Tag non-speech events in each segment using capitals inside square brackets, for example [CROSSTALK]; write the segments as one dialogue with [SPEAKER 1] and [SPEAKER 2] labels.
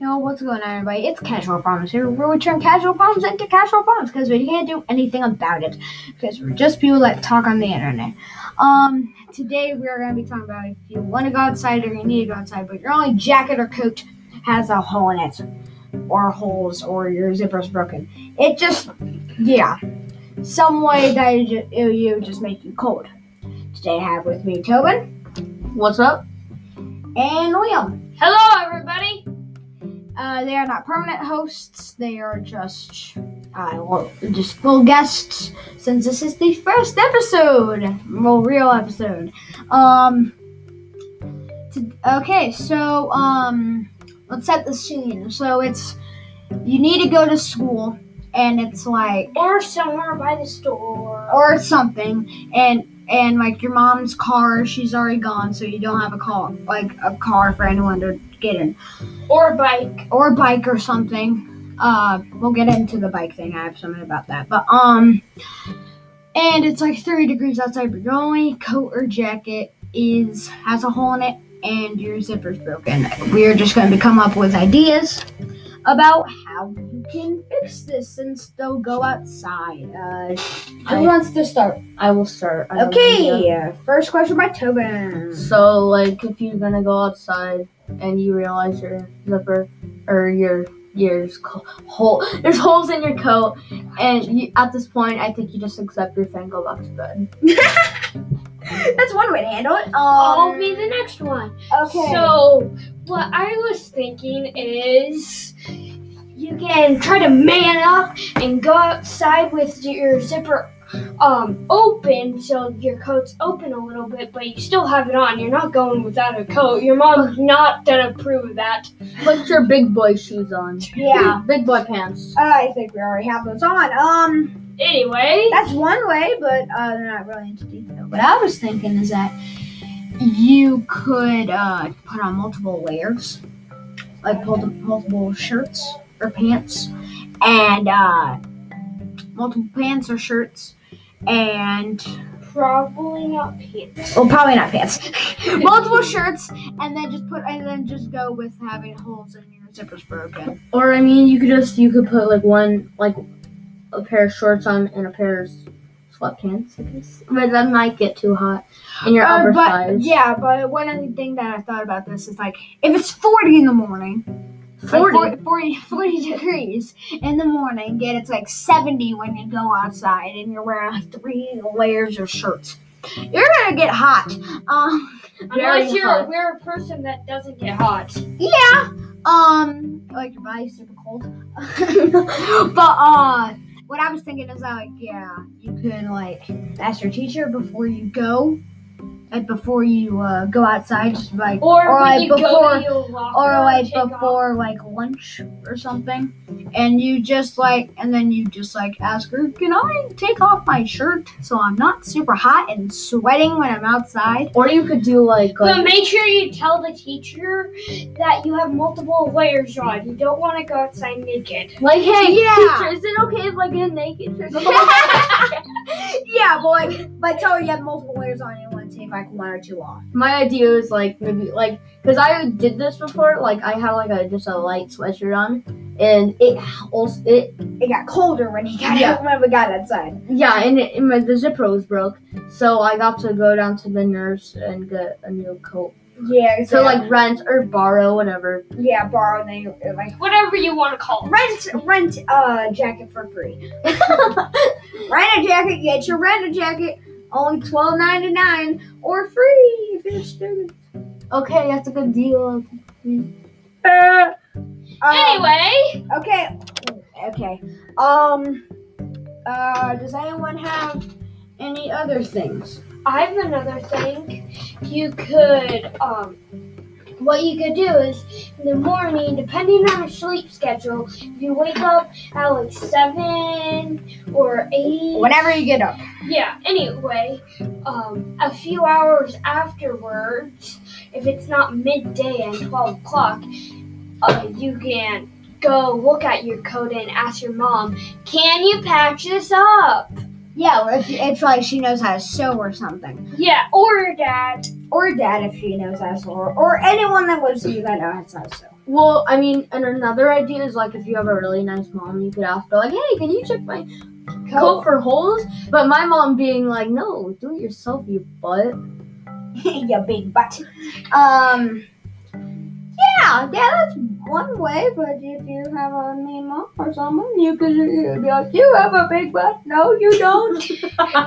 [SPEAKER 1] know what's going on, everybody. It's Casual Problems here. We're going to turn casual problems into casual problems because we can't do anything about it because we're just people that talk on the internet. Um, today we are going to be talking about if you want to go outside or you need to go outside, but your only jacket or coat has a hole in it, or holes, or your zipper's broken. It just, yeah, some way that you just, you just make you cold. Today I have with me Tobin
[SPEAKER 2] What's up?
[SPEAKER 1] and Liam.
[SPEAKER 2] Hello, everybody.
[SPEAKER 1] Uh, they are not permanent hosts. They are just uh, well, just full guests. Since this is the first episode, well, real episode. Um. to- okay, so um, let's set the scene. So it's you need to go to school, and it's like
[SPEAKER 2] Or somewhere by the store.
[SPEAKER 1] or something, and and like your mom's car, she's already gone, so you don't have a car like a car for anyone to get in.
[SPEAKER 2] or bike.
[SPEAKER 1] or a bike or something. Uh, we'll get into the bike thing. I have something about that. But um, and it's like 30 degrees outside, but your only coat or jacket is has a hole in it, and your zipper's broken. We are just going to come up with ideas about how you can fix this and still go outside. Uh,
[SPEAKER 2] Who
[SPEAKER 1] I-
[SPEAKER 2] wants to start? I will start. I have an idea.
[SPEAKER 1] okay, first question by Tobin.
[SPEAKER 2] So, like, if you're gonna go outside and you realize your zipper or your your co- hole, there's holes in your coat, and you, at this point, I think you just accept your fate and go back to bed.
[SPEAKER 1] [LAUGHS] That's one way to handle it. Um,
[SPEAKER 3] I'll be the next one.
[SPEAKER 1] okay.
[SPEAKER 3] So, what I was thinking is you can try to man up and go outside with your zipper um open so your coat's open a little bit but you still have it on you're not going without a coat your mom's not gonna approve of that
[SPEAKER 2] Put your big boy shoes on.
[SPEAKER 1] yeah,
[SPEAKER 2] Big boy pants.
[SPEAKER 1] I think we already have those on. Um.
[SPEAKER 3] anyway
[SPEAKER 1] That's one way, but uh, they're not really into detail. What I was thinking is that you could uh, put on multiple layers, like multi- multiple shirts or pants, and uh, multiple pants or shirts, and
[SPEAKER 3] probably not pants
[SPEAKER 1] well, probably not pants, [LAUGHS] multiple shirts, and then just put and then just go with having holes in your zippers broken.
[SPEAKER 2] Or I mean, you could just you could put like one like a pair of shorts on and a pair of sweatpants. I guess, but that might get too hot. And your
[SPEAKER 1] Uh,
[SPEAKER 2] upper
[SPEAKER 1] but
[SPEAKER 2] thighs.
[SPEAKER 1] yeah, but one other thing that I thought about this is like if it's forty in the morning. Like,
[SPEAKER 2] 40.
[SPEAKER 1] 40, [LAUGHS] 40, 40 degrees in the morning, and it's like 70 when you go outside and you're wearing like three layers of shirts. You're gonna get hot. Um,
[SPEAKER 3] unless you're
[SPEAKER 2] hot.
[SPEAKER 3] we're a person that doesn't get hot
[SPEAKER 1] yeah. Um, like your body's super cold. [LAUGHS] but, uh, what I was thinking is that, like, yeah, you could, like, ask your teacher before you go, like, before you, uh, go outside, just like,
[SPEAKER 3] or,
[SPEAKER 1] Or
[SPEAKER 3] when
[SPEAKER 1] like
[SPEAKER 3] you
[SPEAKER 1] before-
[SPEAKER 3] go to your locker
[SPEAKER 1] or
[SPEAKER 3] and
[SPEAKER 1] like
[SPEAKER 3] take off.
[SPEAKER 1] before like lunch or something and you just like and then you just like ask her can i take off my shirt so i'm not super hot and sweating when i'm outside
[SPEAKER 2] Or you could do like,
[SPEAKER 3] But
[SPEAKER 2] like
[SPEAKER 3] make sure you tell the teacher that you have multiple layers on. You don't want to go outside naked.
[SPEAKER 2] like hey
[SPEAKER 1] Yeah.
[SPEAKER 2] teacher, is it okay if I get naked?
[SPEAKER 1] [LAUGHS]
[SPEAKER 2] for the-
[SPEAKER 1] yeah boy but tell her you have multiple layers on you want to take like one or two off
[SPEAKER 2] My idea is like maybe like because I did this before. Like I had like a just a light sweatshirt on, and it also it
[SPEAKER 1] it got colder when he got
[SPEAKER 2] Yeah.
[SPEAKER 1] when we got outside
[SPEAKER 2] Yeah, and, it, and my, the zipper was broke, so I got to go down to the nurse and get a new coat.
[SPEAKER 1] yeah
[SPEAKER 2] So like rent or borrow, whatever.
[SPEAKER 1] yeah borrow and then you like
[SPEAKER 3] Whatever you want to call it.
[SPEAKER 1] rent rent a jacket for
[SPEAKER 2] [LAUGHS]
[SPEAKER 1] free rent a jacket get your rent a jacket only twelve ninety nine or free if you're a student
[SPEAKER 2] Okay, that's a good deal.
[SPEAKER 1] Uh,
[SPEAKER 3] Anyway,
[SPEAKER 1] Okay. Okay. Um. Uh. Does anyone have any other things?
[SPEAKER 3] I have another thing. You could, um, what you could do is in the morning, depending on your sleep schedule, if you wake up at like 7 or 8.
[SPEAKER 1] Whenever you get up.
[SPEAKER 3] Yeah, anyway, um, a few hours afterwards, if it's not midday and 12 o'clock, uh, you can go look at your coat and ask your mom, can you patch this up?
[SPEAKER 1] Yeah. Or if it's like she knows how to sew or something,
[SPEAKER 3] Yeah, or dad.
[SPEAKER 1] or dad if she knows how to sew, or, or anyone that lives with you that knows how to sew.
[SPEAKER 2] Well, I mean, and another idea is like if you have a really nice mom, you could ask her like, "Hey, can you check my coat for holes?" But my mom being like, "No, do it yourself, you butt."
[SPEAKER 1] [LAUGHS] yeah, big butt. Um, yeah, yeah, that's one way. But if you have a mean mom or someone, you could you could be like, you have a big butt. No, you
[SPEAKER 3] [LAUGHS]
[SPEAKER 1] don't.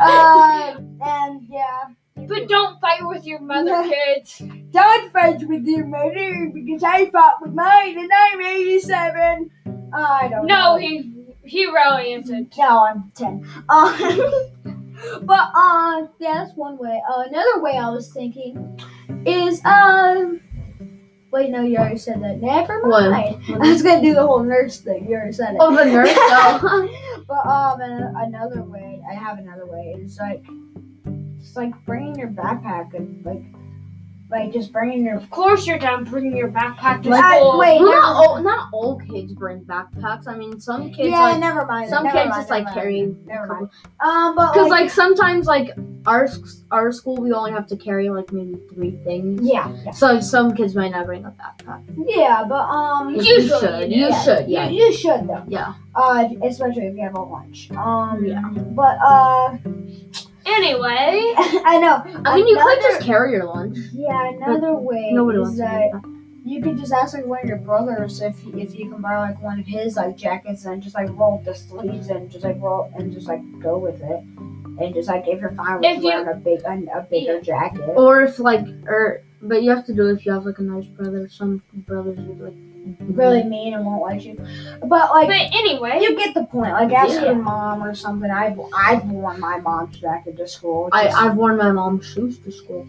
[SPEAKER 1] uh, and yeah,
[SPEAKER 3] But don't fight with your mother, kids.
[SPEAKER 1] don't fight with your mother because I fought with mine and I'm 87. I don't. know.
[SPEAKER 3] No, he he really isn't.
[SPEAKER 1] No, oh, I'm ten. Uh, [LAUGHS] but uh, yeah, that's one way. Uh, another way I was thinking is um, wait, no, you already said that. Never
[SPEAKER 2] What?
[SPEAKER 1] mind. I was gonna do the whole nurse thing. You already said it.
[SPEAKER 2] Oh,
[SPEAKER 1] [LAUGHS]
[SPEAKER 2] the nurse. Oh.
[SPEAKER 1] but um, an- another way I have another way is like just like bringing your backpack and like like just bringing your
[SPEAKER 3] Of course, you're done bringing your backpack to
[SPEAKER 1] I-
[SPEAKER 3] school.
[SPEAKER 1] wait,
[SPEAKER 2] Well, not all not all kids bring backpacks. I mean, some kids
[SPEAKER 1] yeah,
[SPEAKER 2] like
[SPEAKER 1] never mind.
[SPEAKER 2] some
[SPEAKER 1] never
[SPEAKER 2] kids
[SPEAKER 1] mind,
[SPEAKER 2] just like
[SPEAKER 1] never mind,
[SPEAKER 2] carry
[SPEAKER 1] Never mind. Um, but
[SPEAKER 2] because like sometimes like our s- our school we only have to carry like maybe three things.
[SPEAKER 1] yeah, yeah,
[SPEAKER 2] So some kids might not bring a backpack.
[SPEAKER 1] yeah, but um,
[SPEAKER 2] You,
[SPEAKER 3] Usually,
[SPEAKER 2] should. You
[SPEAKER 1] yeah,
[SPEAKER 2] should.
[SPEAKER 1] you-
[SPEAKER 2] Yeah.
[SPEAKER 1] you should though.
[SPEAKER 2] Yeah.
[SPEAKER 1] Uh, especially if you have a lunch. Um,
[SPEAKER 2] Yeah.
[SPEAKER 1] But uh, [LAUGHS]
[SPEAKER 3] Anyway,
[SPEAKER 1] I know.
[SPEAKER 2] I mean, you could
[SPEAKER 1] Another-
[SPEAKER 2] just carry your lunch.
[SPEAKER 1] Yeah, another way
[SPEAKER 2] Nobody
[SPEAKER 1] is
[SPEAKER 2] wants
[SPEAKER 1] that
[SPEAKER 2] to.
[SPEAKER 1] you could just ask like one of your brothers if if you can buy like one of his like jackets and just like roll up the sleeves and just like roll and just like go with it. And just like if you're fine with
[SPEAKER 3] If you-
[SPEAKER 1] wearing a big a, a bigger jacket.
[SPEAKER 2] Do that. Or if like or but you have to do it if you have like a nice brother. Some brothers are like
[SPEAKER 1] Really mean and won't let you. But
[SPEAKER 3] but
[SPEAKER 1] like
[SPEAKER 3] anyway,
[SPEAKER 1] you get the point. Like ask
[SPEAKER 2] Yeah.
[SPEAKER 1] your mom or something. I've I've worn my mom's jacket to school.
[SPEAKER 2] I
[SPEAKER 1] Just-
[SPEAKER 2] I've worn my mom's shoes to school.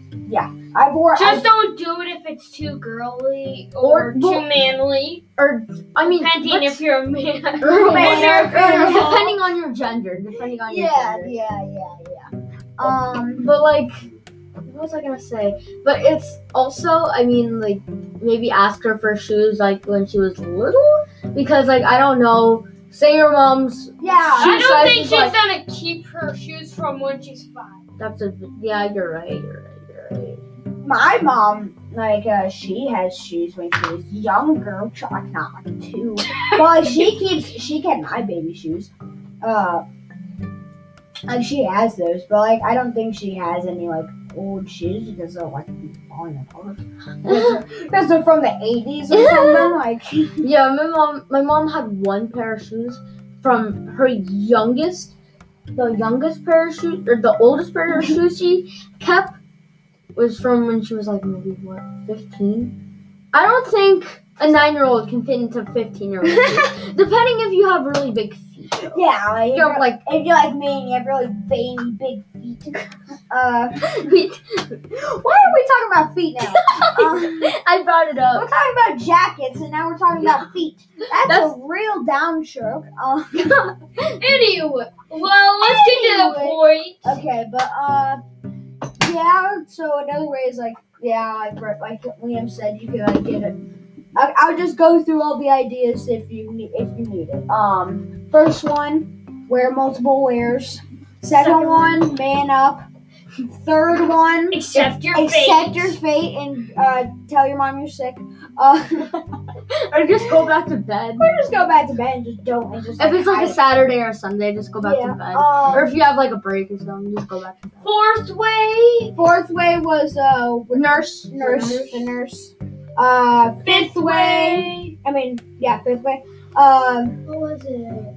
[SPEAKER 1] I've worn
[SPEAKER 3] just don't do it if it's too girly
[SPEAKER 2] Or-
[SPEAKER 3] or, too
[SPEAKER 2] well-
[SPEAKER 3] manly.
[SPEAKER 2] Or I mean,
[SPEAKER 3] Depending
[SPEAKER 2] let's-
[SPEAKER 3] if you're a
[SPEAKER 1] [LAUGHS]
[SPEAKER 3] man.
[SPEAKER 2] Or
[SPEAKER 1] Man,
[SPEAKER 2] you're-
[SPEAKER 1] or girl.
[SPEAKER 2] [LAUGHS] depending on your gender, depending on your
[SPEAKER 1] yeah,
[SPEAKER 2] gender.
[SPEAKER 1] yeah, yeah, yeah. Um,
[SPEAKER 2] But like, what was I gonna say? But it's also, I mean, like maybe ask her for shoes like when she was little, because like I don't know. Say your mom's.
[SPEAKER 1] yeah.
[SPEAKER 2] Shoe
[SPEAKER 3] I don't
[SPEAKER 2] size
[SPEAKER 3] think
[SPEAKER 2] is
[SPEAKER 3] she's
[SPEAKER 2] like-
[SPEAKER 3] gonna keep her shoes from when she's five.
[SPEAKER 2] That's a yeah. You're right. You're right. You're right.
[SPEAKER 1] My mom, like, uh, she has shoes when she was younger, ch- like not like two. But like, she keeps, she kept my baby shoes. Uh, like she has those, but like I don't think she has any like old shoes because they're like falling apart. Because they're from the eighties or something. Like,
[SPEAKER 2] Yeah, my mom. My mom had one pair of shoes from her youngest, the youngest pair of shoes or the oldest pair of shoes she kept was from when she was like maybe what fifteen. I don't think a nine-year-old can fit into
[SPEAKER 1] [LAUGHS]
[SPEAKER 2] fifteen-year-old, depending if you have really big feet. though.
[SPEAKER 1] yeah, like,
[SPEAKER 2] If you have like [LAUGHS]
[SPEAKER 1] if you're like me and you have really veiny big feet, uh,
[SPEAKER 2] feet,
[SPEAKER 1] why are we talking about feet now? Uh,
[SPEAKER 2] I brought it
[SPEAKER 1] We're
[SPEAKER 2] up.
[SPEAKER 1] talking about jackets, and now we're talking about feet. That's,
[SPEAKER 2] That's-
[SPEAKER 1] a real downstroke. Um,
[SPEAKER 3] Anyway, well, let's get to the
[SPEAKER 1] Anyway.
[SPEAKER 3] point.
[SPEAKER 1] okay, but uh, yeah. So another way is like, yeah, like Bert- like Liam said, you can like get it. I, I'll just go through all the ideas if you need if you need it. Um, first one, wear multiple layers. Second
[SPEAKER 3] Second
[SPEAKER 1] one, man up. Third one,
[SPEAKER 3] Accept your
[SPEAKER 1] accept
[SPEAKER 3] fate.
[SPEAKER 1] your fate and uh, tell your mom you're sick. Uh, [LAUGHS]
[SPEAKER 2] Or just go back to bed.
[SPEAKER 1] or just go back to bed and just don't. And just
[SPEAKER 2] If it's like
[SPEAKER 1] hide
[SPEAKER 2] a Saturday or Sunday, just go back to bed.
[SPEAKER 1] um,
[SPEAKER 2] Or if you have like a break or something, just go back to bed.
[SPEAKER 3] Fourth way.
[SPEAKER 1] Fourth way was uh
[SPEAKER 2] Nurse,
[SPEAKER 1] nurse the nurse. Uh fifth way I mean yeah, fifth way. Um
[SPEAKER 3] What was it?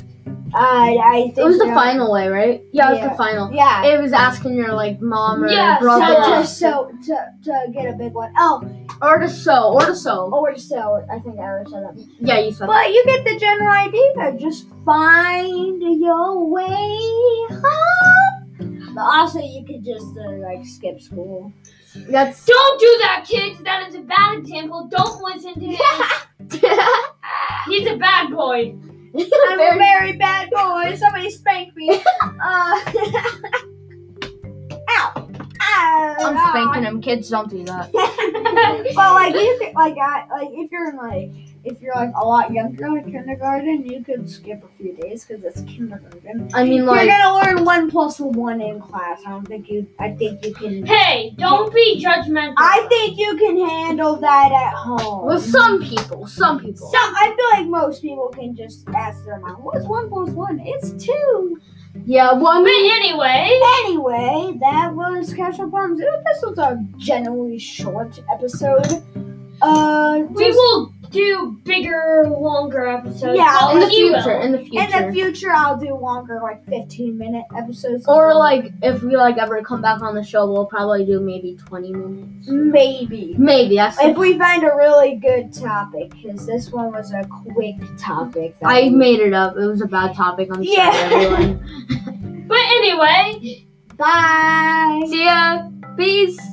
[SPEAKER 1] uh, I think
[SPEAKER 2] It was the
[SPEAKER 1] uh,
[SPEAKER 2] final way, right? Yeah, it was
[SPEAKER 1] Yeah.
[SPEAKER 2] the final.
[SPEAKER 1] Yeah.
[SPEAKER 2] It was asking your like mom or
[SPEAKER 3] Yeah,
[SPEAKER 2] brother
[SPEAKER 1] so
[SPEAKER 3] yeah.
[SPEAKER 1] to so to, to get a big one. Oh,
[SPEAKER 2] or to sew or to sew.
[SPEAKER 1] or to sell. I think I already said that.
[SPEAKER 2] Yeah, you said.
[SPEAKER 1] But you get the general idea. Just find your way home. But also, you could just uh, like skip school.
[SPEAKER 2] that. That's [LAUGHS]
[SPEAKER 3] Don't do that, kids. That is a bad example. Don't listen to him. He's a bad boy. [LAUGHS]
[SPEAKER 1] I'm a very bad boy. Somebody spanked
[SPEAKER 2] [LAUGHS]
[SPEAKER 1] me. Uh, [LAUGHS] ow. Uh, Ow.
[SPEAKER 2] I'm spanking him. Kids, don't do that.
[SPEAKER 1] Well, like if like I like if you're in like if you're like a lot younger, like kindergarten, you could skip a few days because it's kindergarten.
[SPEAKER 2] I mean, like,
[SPEAKER 1] you're gonna learn one plus one in class. I don't think you. I think you can.
[SPEAKER 3] Hey, don't be judgmental.
[SPEAKER 1] I think you can handle that at home.
[SPEAKER 2] well, some people, some people.
[SPEAKER 1] So I feel like most people can just ask their mom, "What's one plus one? It's two.
[SPEAKER 2] yeah, well, I
[SPEAKER 3] But
[SPEAKER 2] mean,
[SPEAKER 3] anyway,
[SPEAKER 1] Anyway, that was Casual Problems. This was a generally short episode. Uh,
[SPEAKER 3] we
[SPEAKER 1] just-
[SPEAKER 3] will do bigger, longer episodes.
[SPEAKER 1] Yeah,
[SPEAKER 3] Well,
[SPEAKER 2] in the
[SPEAKER 3] you
[SPEAKER 2] future,
[SPEAKER 3] will.
[SPEAKER 2] in the future.
[SPEAKER 1] in the future I'll do longer, like fifteen minute episodes.
[SPEAKER 2] Or like, if we like ever come back on the show, we'll probably do maybe twenty minutes.
[SPEAKER 1] maybe.
[SPEAKER 2] Maybe that's.
[SPEAKER 1] If we find a really good topic, because this one was a quick topic. that
[SPEAKER 2] I
[SPEAKER 1] we-
[SPEAKER 2] made it up. It was a bad topic. I'm
[SPEAKER 1] Yeah. [LAUGHS]
[SPEAKER 2] sorry, everyone.
[SPEAKER 3] But anyway,
[SPEAKER 1] Bye.
[SPEAKER 2] See ya. Peace.